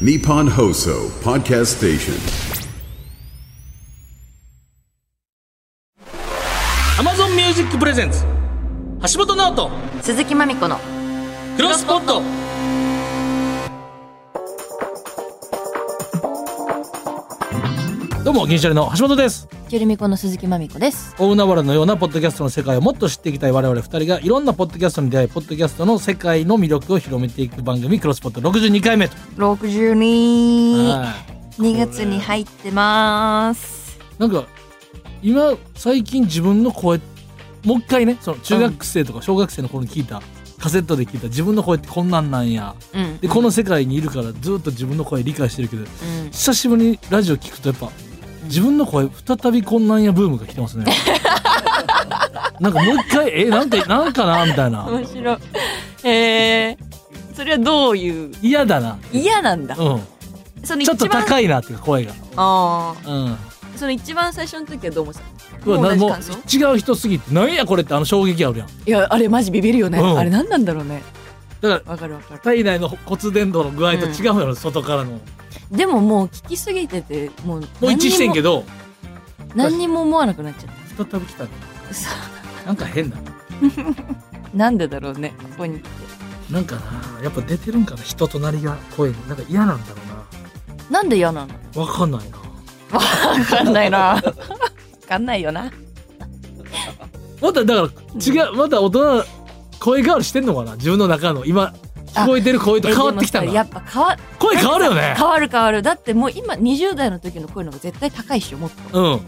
Nippon Hoso Podcast Station. Amazon Music Presents 橋本直人鈴木まみこのクロスポットどうも銀シャリの橋本ですゆるみこの鈴木まみこです大海原のようなポッドキャストの世界をもっと知っていきたい我々二人がいろんなポッドキャストに出会いポッドキャストの世界の魅力を広めていく番組クロスポット62回目と、 622はい月に入ってますなんか今最近自分の声もう一回ねその中学生とか小学生の頃に聞いた、カセットで聞いた自分の声ってこんなんなんやうんでこの世界にいるからずっと自分の声理解してるけどうん久しぶりにラジオ聞くとやっぱ自分の声再びこんなんやブームが来て ますねなんかもう一回えなんてなんかなみたいな面白いえー、それはどういう嫌だな嫌なんだうんその一ちょっ番と高いなっていうか声があうんうーその一番最初の時はどう思ってたわもうな同じも感想う違う人すぎてなんやこれってあの衝撃あるやんいやあれマジビビるよね、うんあれ何なんだろうねだからわかるわかる体内の骨伝導の具合と違うやろ、外からのもでももう聞きすぎててもうう一致してんけどど何にも思わなくなっちゃっ再び来たねた嘘なんか変だなんでだろうねここに来てなんかなやっぱ出てるんかな人となりが声になんか嫌なんだろうなんで嫌なのなわかんないなわかんないな。わかんないよな。まただから違うまた大人声変わりしてんのかな自分の中の今聞こえてる声と変わってきたえんでもやだっぱ変わ声変わるよね変わる変わる。だってもう今20代の時の声の方が絶対高いっしょ、もっと。うん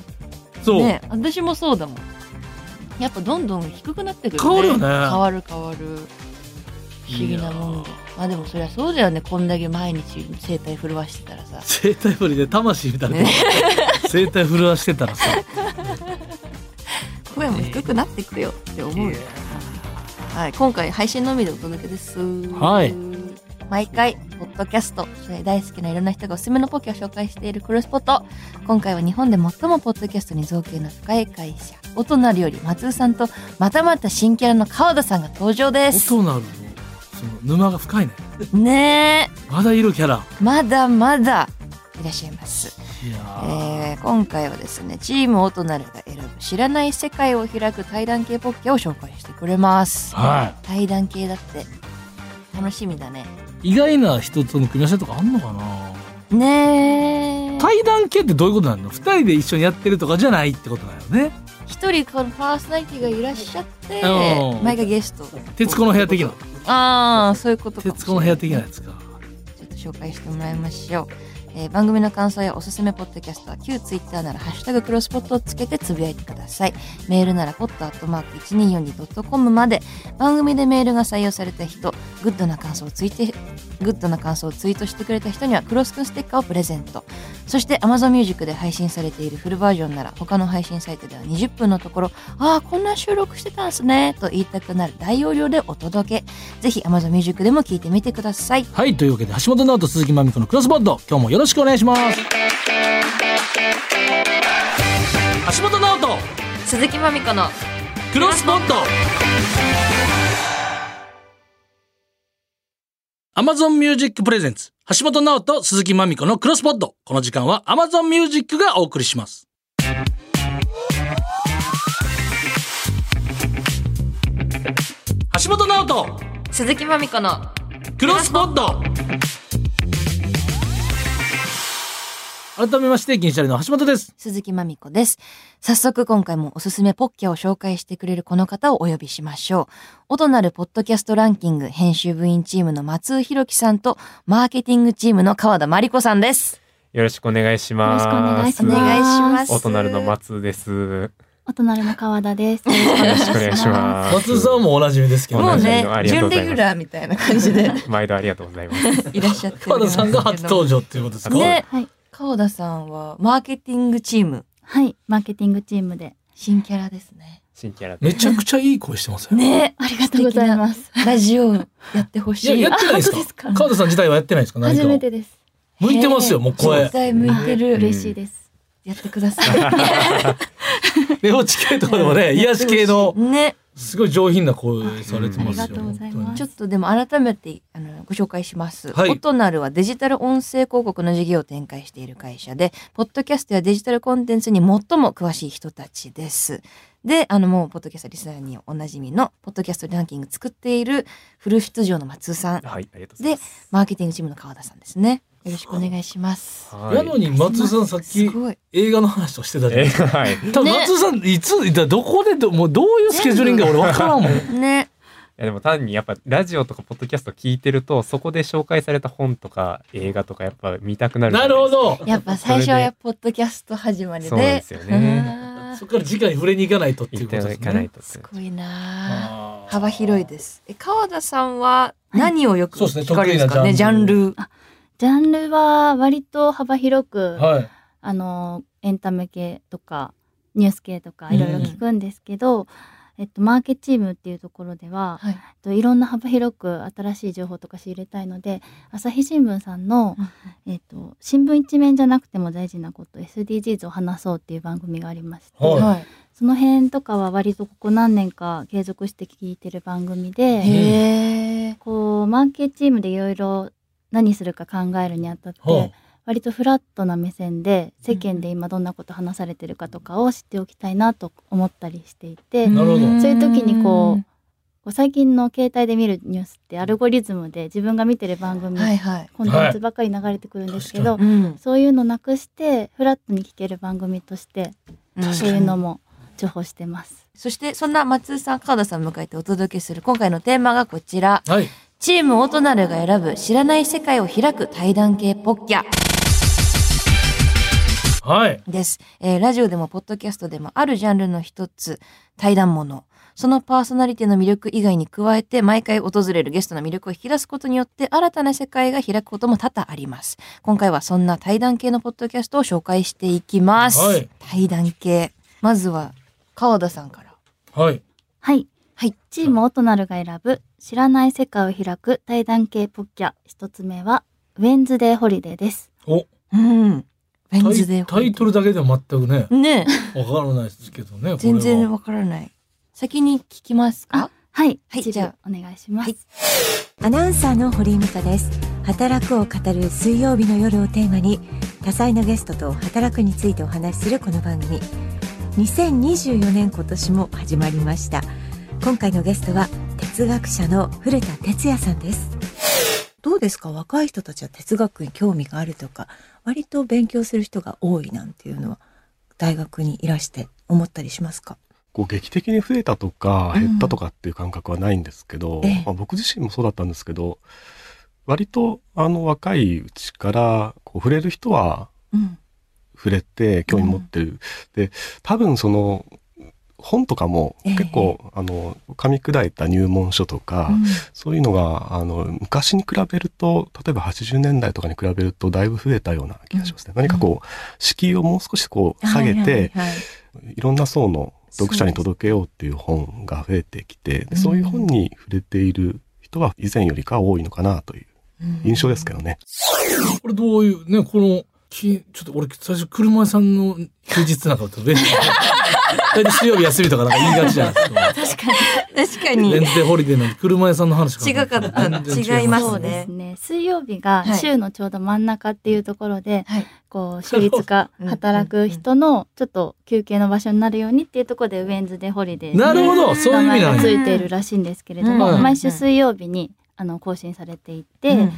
そう、ね私もそうだもん。やっぱどんどん低くなってくる、ね。変わるよね変わる変わる。不思議なもいんでや。まあでもそりゃそうだよね。こんだけ毎日声帯震わしてたらさ。生体振りで魂みたいなね生体震わしてたらさ声も低くなってくよって思うよ。はい、今回配信のみでお届けです。はい。毎回、ポッドキャスト、大好きないろんな人がおすすめのポケを紹介しているクロスポット。今回は日本で最もポッドキャストに造形の深い会社、音なるより松尾さんと、またまた新キャラの川田さんが登場です。音なるのその沼が深いねねまだいるキャラえ、まだまだいらっしゃいます。いやーえー今回はですね、チーム音なるが選ぶ知らない世界を開く対談系ポッケを紹介してくれます。は対談系だって、楽しみだね。い意外な人との組み合わせとかあんのかなねえ。対談系ってどういうことなの二人で一緒にやってるとかじゃないってことだよね一人このパーソナリティがいらっしゃってうん毎回ゲスト徹子の部屋的なああそういうことかも徹子の部屋的なちやつかょっと紹介してもらいましょう、えー番組の感想やおすすめポッドキャストは旧ツイッターなら「ハッシュタグクロスポット」をつけてつぶやいてくださいメールならポットアットマーク 1242.com まで番組でメールが採用された人グッドな感想をツイてグッドな感想をツイートしてくれた人にはクロスくんステッカーをプレゼントそして Amazon Music で配信されているフルバージョンなら他の配信サイトでは20分のところああこんな収録してたんすねと言いたくなる大容量でお届けぜひ Amazon Music でも聞いてみてくださいはいというわけで橋本直人鈴木まみこのクロスボッド今日もよろしくお願いします橋本直人鈴木まみこのクロスポット Amazon Music Presents 橋本直人鈴木まみこのクロスポットこの時間は Amazon Music がお送りします橋本直人鈴木まみこのクロスポット改めまして銀シャリの橋本です鈴木まみこです早速今回もおすすめポッキャを紹介してくれるこの方をお呼びしましょう音なるポッドキャストランキング編集部員チームの松尾弘樹さんとマーケティングチームの川田真理子さんですよろしくお願いします。よろしくお願いしおま願いすしますお隣の松です。よお隣の川田です。よろろしくお願いします。松さんもおなじみですけどもう同じねのありがと準うござレいますギュラーみたいな感じで毎度ありがとうございます。いらっしゃってお川田りますさんが初登場っていうことですか、ねはい。川田さんはマーケティングチームはい。マーケティングチームで。新キャラですね新キャラでめちゃくちゃいい声してますよ、ねありがとうございます。ラジオやってほしいやいやってないですかあ本当ですか川田さん自体はやってないですか何か初めてです。向いてますよもう声絶対向いてる嬉しいです。やってください寝落ち系とかでもね癒し系のねすごい上品な声されてますよ、ありがとうございますちょっとでも改めてあのご紹介します。はいオトナルはデジタル音声広告の事業を展開している会社で、ポッドキャストやデジタルコンテンツに最も詳しい人たちです。で、あのもうポッドキャストリスナーにおなじみのポッドキャストランキング作っているフル出場の松尾さん、はい、ありがとうございでます。、マーケティングチームの川田さんですね。よろしくお願いします。やのに松尾さんさっすきごい。映画の話をしてたじゃないえですかはい。多分ね松尾さんいつだからどこでどもうどういうスケジューリングか俺分からんもんね。いやでも単にやっぱラジオとかポッドキャスト聞いてるとそこで紹介された本とか映画とかやっぱ見たくなるじなゃいるほですかどやっぱ最初はやっぱポッドキャスト始まりで。そうですよねあーそこから直に触れに行かないとってい行うっことてですいかないねとすごいなああー幅広いです。え、川田さんは何をよくそうですね聞かれるんですかね、ジ得意ャなジャンンルル。ジャンルは割と幅広く、はいあのエンタメ系とかニュース系とかいろいろ聞くんですけど、えっと、マーケチームっていうところでは、はいえっと、いろんな幅広く新しい情報とか仕入れたいので朝日新聞さんの、えっと、新聞一面じゃなくても大事なこと SDGs を話そうっていう番組がありまして、はいその辺とかは割とここ何年か継続して聞いてる番組で。い。へえ。こうマーケーチームでいろいろ何するか考えるにあたって、は割とフラットな目線で世間で今どんなこと話されてるかとかを知っておきたいなと思ったりしていて、なるほどそういう時にここう最近の携帯で見るニュースってアルゴリズムで自分が見てる番組、はいはい。コンテンツばっかり流れてくるんですけど、うん。そういうのなくしてフラットに聞ける番組としてそういうのも重宝してます。そして、そんな松井さん、川田さんを迎えてお届けする今回のテーマがこちら。いはいチームオトナルが選ぶ知らない世界を開く対談系ポッキャ。はいです、えーラジオでもポッドキャストでもあるジャンルの一つ対談ものそのパーソナリティの魅力以外に加えて毎回訪れるゲストの魅力を引き出すことによって新たな世界が開くことも多々あります今回はそんな対談系のポッドキャストを紹介していきます、はい対談系まずは川田さんからはいはい。はいチームオトナルが選ぶ知らない世界を開く対談系ポッキャ。一つ目は、ウェンズデーホリデーです。おうんベンタズデイータイトルだけでは全くねねえ分からないですけどねこれは全然わからない先に聞きますかはい。はい一部じゃお願いします。はいアナウンサーの堀井美香です働くを語る水曜日の夜をテーマに多彩なゲストと働くについてお話しするこの番組2024年今年も始まりました今回のゲストは哲学者の古田哲也さんですどうですか若い人たちは哲学に興味があるとか割と勉強する人が多いなんていうのは大学にいらして思ったりしますかこう劇的に増えたとかうん減ったとかっていう感覚はないんですけど、ええまあ、僕自身もそうだったんですけど割とあの若いうちからこう触れる人はうん触れて興味持ってる、で多分その本とかもええ結構、あの噛み砕いた入門書とか、そういうのがあの昔に比べると例えば80年代とかに比べるとだいぶ増えたような気がしますね、何かこう敷居をもう少しこう下げて、はいはいはいいろんな層の読者に届けようっていう本が増えてきて、でそういう本に触れている人は以前よりかは多いのかなという印象ですけどね。これどういうねこのきちょっと俺最初車屋さんの休日なんかと 大体水曜日休みとかなんか言いがちじゃないですか確かレンズでホリデーなんで車屋さんの話違かった全然違いますねそうですね。水曜日がはい週のちょうど真ん中っていうところで、はいこう、週5日 うん働く人のちょっと休憩の場所になるようにっていうところで、ウェンズデーホリデーなるほどそういう名意味前ながんつやいているらしいんですけれども、うん毎週水曜日にあの更新されていて、うんうん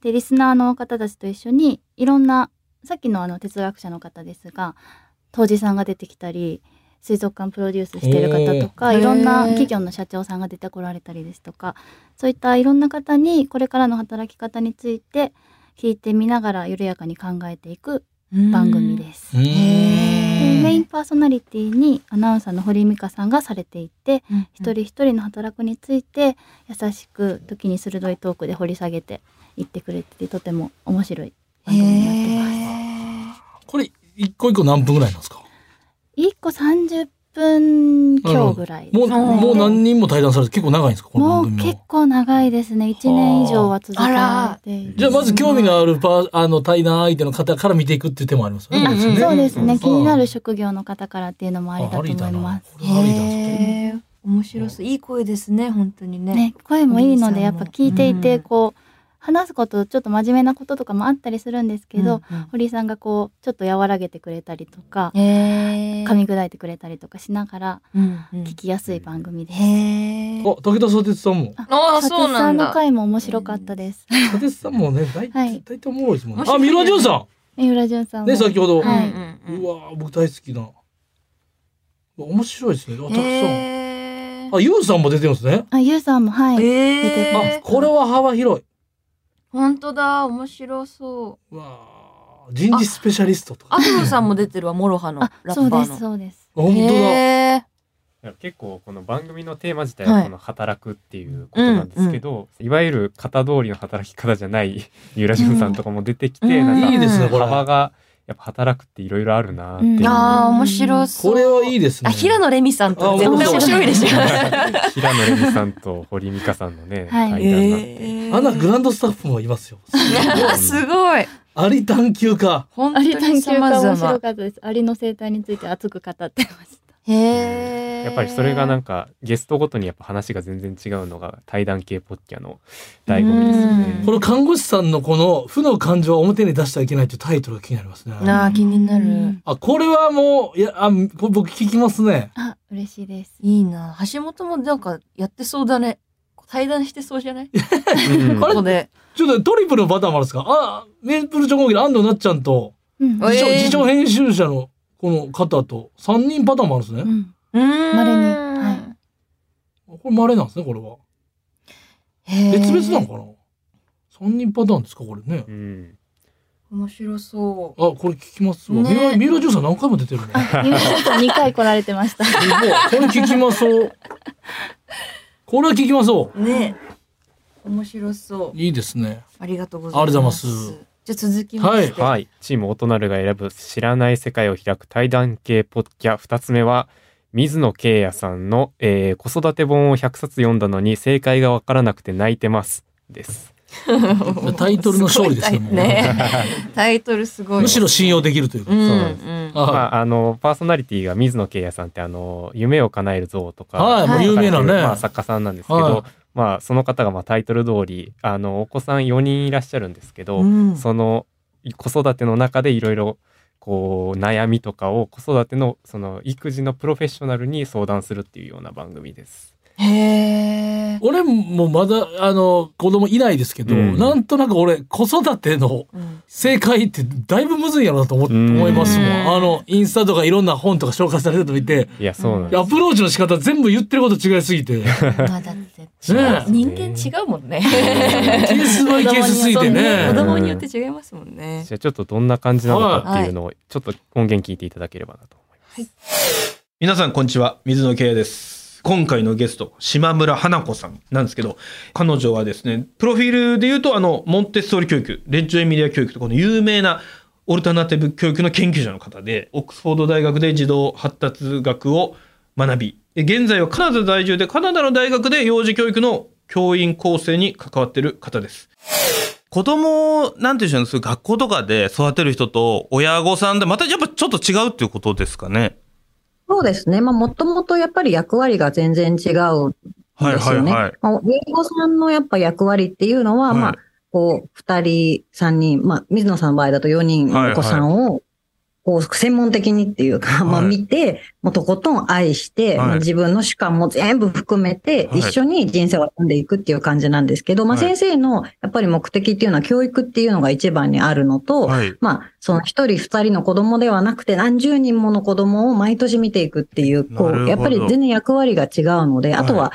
でリスナーの方たちと一緒にいろんなさっきのあの哲学者の方ですが杜氏さんが出てきたり水族館プロデュースしている方とかへーいろんな企業の社長さんが出てこられたりですとかそういったいろんな方にこれからの働き方について聞いてみながら緩やかに考えていくうん番組です。うんでへーメインパーソナリティにアナウンサーの堀井美香さんがされていてうんうん一人一人の働くについて優しく時に鋭いトークで掘り下げていってくれててとても面白い番組になってます。これ一個一個何分ぐらいなんですか一個30分強ぐらいもうですねもう何人も対談されて結構長いんですかこのも番う組結も構長いですね一年以上は続けられていてじゃあまず興味があるパーあの対談相手の方から見ていくっていう手もありますよねうんそうですね、ん気になる職業の方からっていうのもありだと思いますあありだへー面白そういい声ですね本当にねね、声もいいのお兄さでやんっもぱ聞いていて、うんこう話すことちょっと真面目なこととかもあったりするんですけど、うんうん堀井さんがこうちょっと和らげてくれたりとかへえ噛み砕いてくれたりとかしながらうんうん聞きやすい番組です。へえお、時田ソテツさん も。ああ佐そう藤なさんんのだ回も面白かったです。ソテツさんもね、大は体い大体おもろいですもんね。面白あ、いね三浦淳さ 三浦淳さんん。も、ね、先ほど。うはわういんうんうんー、僕大好きな。うわ面白いですね。あたくさへえん。あ、ゆうさんも出てるんですね。あゆうさんもはい、え出あー、、これは幅広い。本当だ面白そううわー、人事スペシャリストとかア。フロさんも出てるわモロハのあラそッうパでーのすそうです。本当だ。へー結構この番組のテーマ自体ははいこの働くっていうことなんですけど、いわゆる型通りの働き方じゃない三浦淳さんとかも出てきうて、んなんかいいですね、これ。幅がやっぱ働くっていろいろあるなっていう、うんああ面白そうこれはいいですね。あ平野レミさんあと絶対面白いでしょ面 平野レミさんと堀美香さんのね、は対談いなんて、え ーあんなグランドスタッフもいます よ。すごいあり探求か。本当アリ探に究様家面白か々ったです。アリの生態について熱く語ってました。へえやっぱりそれがなんかゲストごとにやっぱ話が全然違うのが対談系ポッキャの醍醐味ですよねうん。この看護師さんのこの負の感情は表に出してはいけないというタイトルが気になりますね。なあ気になうるんあ、これはもう、いや、あ、これ僕聞きますね。あ嬉しいです。いいな橋本もなんかやってそうだね対談してそうじゃないうんここでちょっとトリプルのパターンもあるんですかあ、メープル超合金の安藤なっちゃんと、うんえ自ー称自称編集者のこの方と、3人パターンもあるんですうね。んうーん稀にはこれ稀なんですね、これは。へー別々なのかな ?3 人パターンですか、これねう。ん面白そあ、これ聞きますわ。ね三浦、三浦淳さん何回も出て るね。ニュースと2回来られてました。すごいこれ聞きましょう。これは聞きましょうね面白そうう。いいですね。ありがとうございますありがとうございますじゃあ続きまして はい、チームオトナルが選ぶ知らない世界を開く対談系ポッキャ2つ目は水野圭也さんの、えー子育て本を100冊読んだのに正解がわからなくて泣いてます」です。タイトルの勝利ですねもうね タイトルすごいむしろ信用できるというか。うんうそうなんでんあまあ、あのパーソナリティが水野圭也さんってあの「夢を叶える像」とか、はいもう書かれてる有名なねまあ、作家さんなんですけど、はいまあ、その方がまあタイトル通りあのお子さん4人いらっしゃるんですけど、うんその子育ての中でいろいろこう悩みとかを子育てのその育児のプロフェッショナルに相談するっていうような番組です。へー俺もまだ、あの、子供いないですけど、うんなんとなく俺、子育てのうん正解ってだいぶむずいやろなと思っうん思いますもうんん。あの、インスタとかいろんな本とか紹介されてるの見て、いやそうなんです、アプローチの仕方全部言ってること違いすぎ て、ねまあだってね人間違うも んねケースバイケースすぎて子ね。供によって違いますもんねじゃあちょっとどんな感じなのかっていうのをちょっと音源聞いていただければなと思います。皆さんこんにちは水野圭です今回のゲスト島村花子さんなんですけど彼女はですねプロフィールで言うとあのモンテッソーリ教育レッジオエミリア教育とこの有名なオルタナティブ教育の研究者の方でオックスフォード大学で児童発達学を学びで現在はカナダ在住でカナダの大学で幼児教育の教員構成に関わっている方です子供を、なんていうんでしょうね、そういう学校とかで育てる人と親御さんで、またやっぱちょっと違うっていうことですかね。そうですね。まあ、もともとやっぱり役割が全然違うんはいですはいよね。はい。まあ、親御さんのやっぱ役割っていうのは、はいまあ、こう、二人、三人、まあ、水野さんの場合だと4人のお子さんを、こう、専門的にっていうはか、いまあ、見て、もうとことん愛して、はいまあ自分の主観も全部含めて、はい一緒に人生を歩んでいくっていう感じなんですけど、まあ、はい先生のやっぱり目的っていうのは教育っていうのが一番にあるのと、はい。まあ、その一人二人の子供ではなくて何十人もの子供を毎年見ていくっていう、こなるほう、どやっぱり全然役割が違うので、あとは、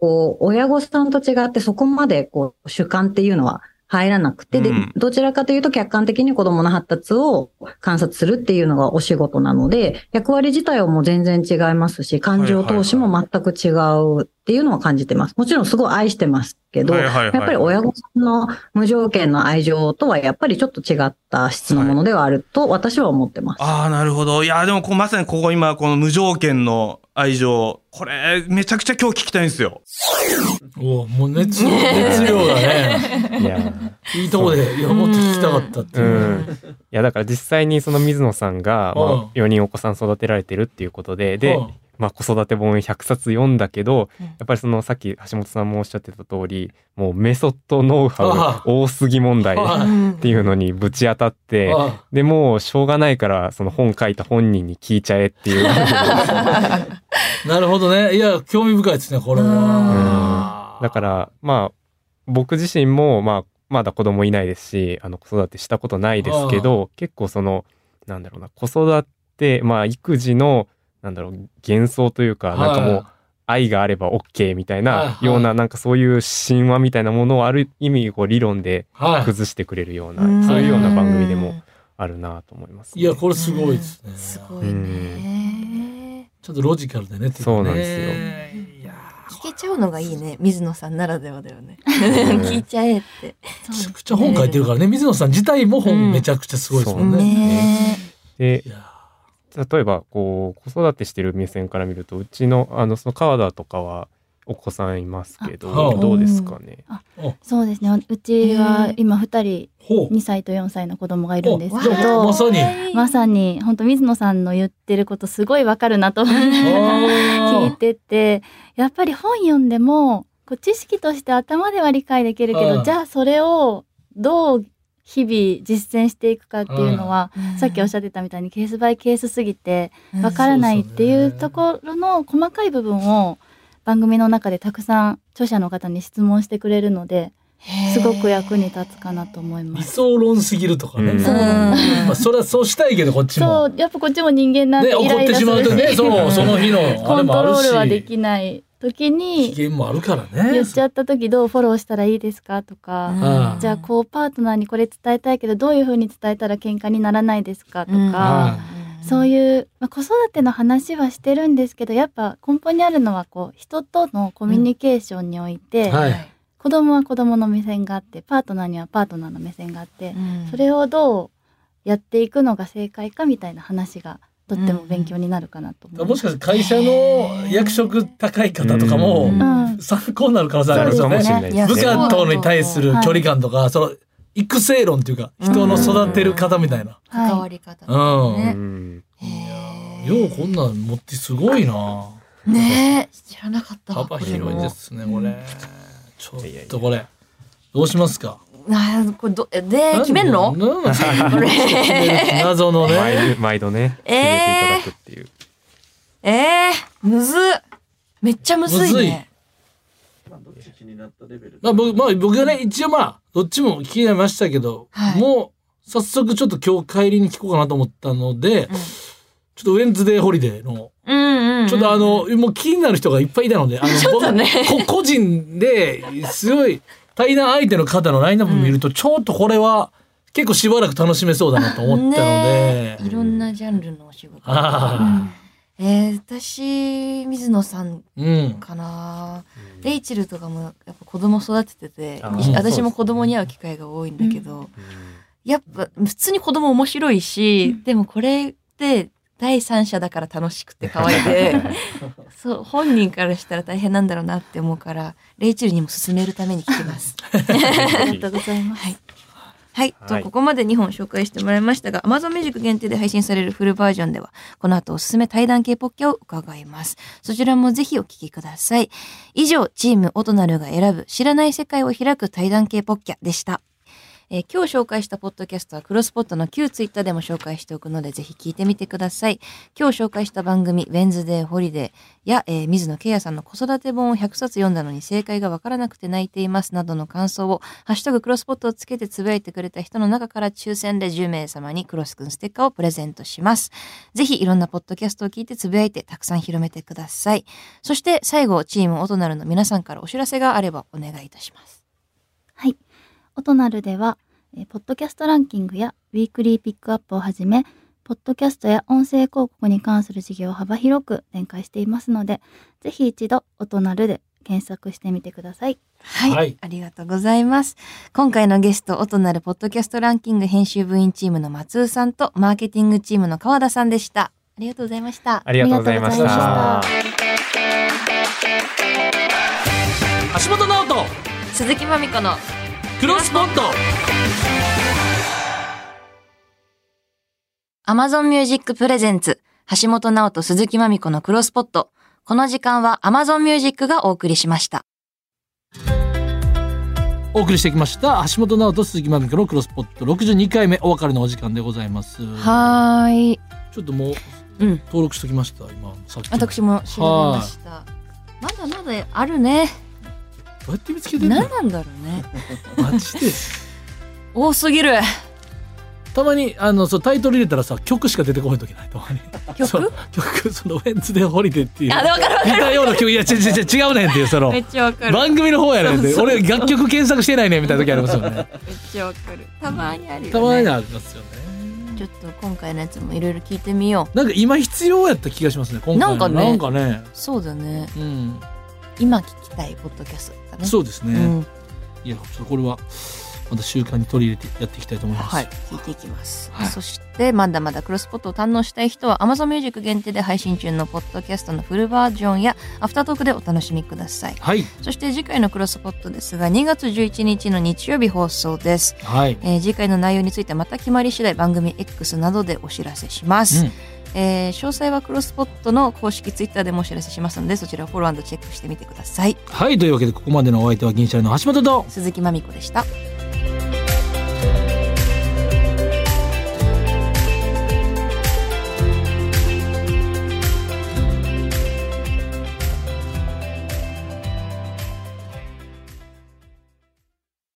こう、親御さんと違ってそこまで、こう、主観っていうのは入らなくて、でうん、どちらかというと客観的に子供の発達を観察するっていうのがお仕事なので、役割自体はもう全然違いますし、感情投資も全く違うっていうのは感じてます。もちろんすごい愛してますけど、はいはいはいやっぱり親御さんの無条件の愛情とはやっぱりちょっと違った質のものではあると私は思ってます。ああ、なるほど。いや、でもこうまさにここ今、この無条件の愛情、これ、めちゃくちゃ今日聞きたいんですよ。おうもう熱量、熱量がね、いやーいいとこで、いや、もっと聞きたかったってういう。ん、いやだから実際にその水野さんが、まあうん4人お子さん育てられてるっていうことでで、うんまあ、子育て本100冊読んだけど、うんやっぱりそのさっき橋本さんもおっしゃってた通りもうメソッドノウハああウ多すぎ問題ああっていうのにぶち当たってあでもうしょうがないからその本書いた本人に聞いちゃえっていうなるほどねいや興味深いですねこれはだからまあ僕自身もまあまだ子供いないですしあの子育てしたことないですけど結構そのなんだろうな子育てまあ育児のなんだろう幻想というかなんかもう愛があれば OK みたはいいなはいようななんかそういう神話みたいなものをある意味こう理論ではい、はい、崩してくれるようなそういうような番組でもあるなと思いますね、いやこれすごいですねすごいねちょっとロジカルでねっていかねそうなんですよいや聞けちゃうのがいいね水野さんならではだよねん聞いちゃえってそめちゃうくちゃ本書いてるからね水野さん自体もうん本めちゃくちゃすごいですもんね,、ねでいや例えばこう子育てしてる目線から見るとうちのあのその川田とかはお子さんいますけど、あはいどうですかね、そうですねうちは今2人ほう2歳と4歳の子供がいるんですおけじゃあどまさにまさに本当水野さんの言ってることすごいわかるなと思いながら聞聞いててやっぱり本読んでもこう知識として頭では理解できるけうどんじゃあそれをどう日々実践していくかっていうのはさっきおっしゃってたみたいにケースバイケースすぎてうんわからないっていうところの細かい部分を番組の中でたくさん著者の方に質問してくれるのでへーすごく役に立つかなと思いま理す。想論すぎるとかね、うんうんまあ、それはそうしたいけどこっちもそうやっぱこっちも人間なんでねイ怒ラっイてラすしまうるとねしそうその日のあ コれンもあトるロールはでしきない時危に険もあるからね言っちゃった時どうフォローしたらいいですかとか、ああじゃあこうパートナーにこれ伝えたいけどどういうふうに伝えたら喧嘩にならないですかとか、そういいう、まあ、子育ての話はしてるんですけどやっぱ根本にあるのはこう人とのコミュニケーションにおいて、はい子供は子供の目線があってパートナーにはパートナーの目線があって、うんそれをどうやっていくのが正解かみたいな話がとっても勉強になるかなと思いもましす。かして会社の役職高い方とかもうんうん参考になる可能性ありますかよもねしれないいやで部すそうねだ下とに対する距離感とか、その育成論というか人の育てる方みたいな。はい関わり方うん。ねうんへーようこんなん持ってすごいな。ねえ知らなかったわ幅これも広いですねこれ。ちょいやいやいっやとこれどうしますか。あーこれどえで決めんのなんなん なんこれ決める謎のね。毎度毎度ねえ決ーめていただくっていう、えー、むずっめっちゃむずいねまあ僕まあ僕はね一応まあどっちも聞きましたけど、はいもう早速ちょっと今日帰りに聞こうかなと思ったので、んちょっとウェンズデーホリデーのうんうんうんちょっとあの、もう気になる人がいっぱいいたので、あの、 ちょっとね個人で、すごい、対談相手の方のラインナップ見ると、ちょっとこれは、結構しばらく楽しめそうだなと思ったのねでえ、いろんなジャンルのお仕事あえー、私水野さんーうん。かなレイチェルとかもやっぱ子供育てててあー私も子供に会う機会が多いんだけど、やっぱ普通に子供面白いし、でもこれって第三者だから楽しくて可愛いでそう本人からしたら大変なんだろうなって思うからレイチェルにも勧めるために聞きます。ありぜひがとうございます。はい、はいとここまで2本紹介してもらいましたが Amazon Music 限定で配信されるフルバージョンではこの後おすすめ対談系ポッキャを伺いますそちらもぜひお聞きください以上チームオトナルが選ぶ知らない世界を開く対談系ポッキャでしたえー今日紹介したポッドキャストはクロスポットの旧ツイッターでも紹介しておくのでぜひ聞いてみてください今日紹介した番組「ウェンズデーホリデー」や、えー水野圭也さんの子育て本を100冊読んだのに正解がわからなくて泣いていますなどの感想を「ハッシュタグクロスポット」をつけてつぶやいてくれた人の中から抽選で10名様にクロスくんステッカーをプレゼントしますぜひいろんなポッドキャストを聞いてつぶやいてたくさん広めてくださいそして最後チームオトナルの皆さんからお知らせがあればお願いいたしますはい。オトナルでは、えーポッドキャストランキングやウィークリーピックアップをはじめ、ポッドキャストや音声広告に関する事業を幅広く展開していますので、ぜひ一度、オトナルで検索してみてください。はい、はいありがとうございます。今回のゲスト、音なるポッドキャストランキング編集部員チームの松尾さんと、マーケティングチームの川田さんでした。ありがとうございました。 ありがとうございましありがとうございたまし橋本直人、鈴木まみこのクロスポット Amazon Music Presents 橋本直人鈴木まみこのクロスポット。この時間は Amazon Music がお送りしました。お送りしてきました橋本直人鈴木まみこのクロスポット62回目お別れのお時間でございますはーい。ちょっともううん。登録しときました今さっき私も調べました。まだまだあるね。どうやって見つけてんの何なんだろ うね。マジで多すぎる。たまにあのそうタイトル入れたらさ曲しか出てこない時ないと曲そう曲その「ウェンズデーホリデー」っていうあ、でわかる わか似たような曲いや違う違う違う違うねんっていうそのる。めっちゃわかる。番組の方やねんってそうそう俺楽曲検索してないねんみたいな時あり ますよねめっちゃわかる。たまにあるよ、ね。たまにありますよねちょっと今回のやつもいろいろ聞いてみよなんか今必要やった気がしますね今回なんかねなんかねう。そうだね。うん今聞きたいポッドキャストだね。そうですうね、ん。いやちょっとこれはまた習慣に取り入れてやっていきたいと思います、はい、聞いていきます、そしてまだまだクロスポットを堪能したい人は Amazon Music 限定で配信中のポッドキャストのフルバージョンやアフタートークでお楽しみくださいはいそして次回のクロスポットですが2月11日の日曜日放送です、はい、えー次回の内容についてまた決まり次第番組 X などでお知らせします、うんえー詳細はクロスポットの公式ツイッターでもお知らせしますのでそちらをフォローチェックしてみてくださいはい、というわけでここまでのお相手は銀シャリの橋本と鈴木まみこでした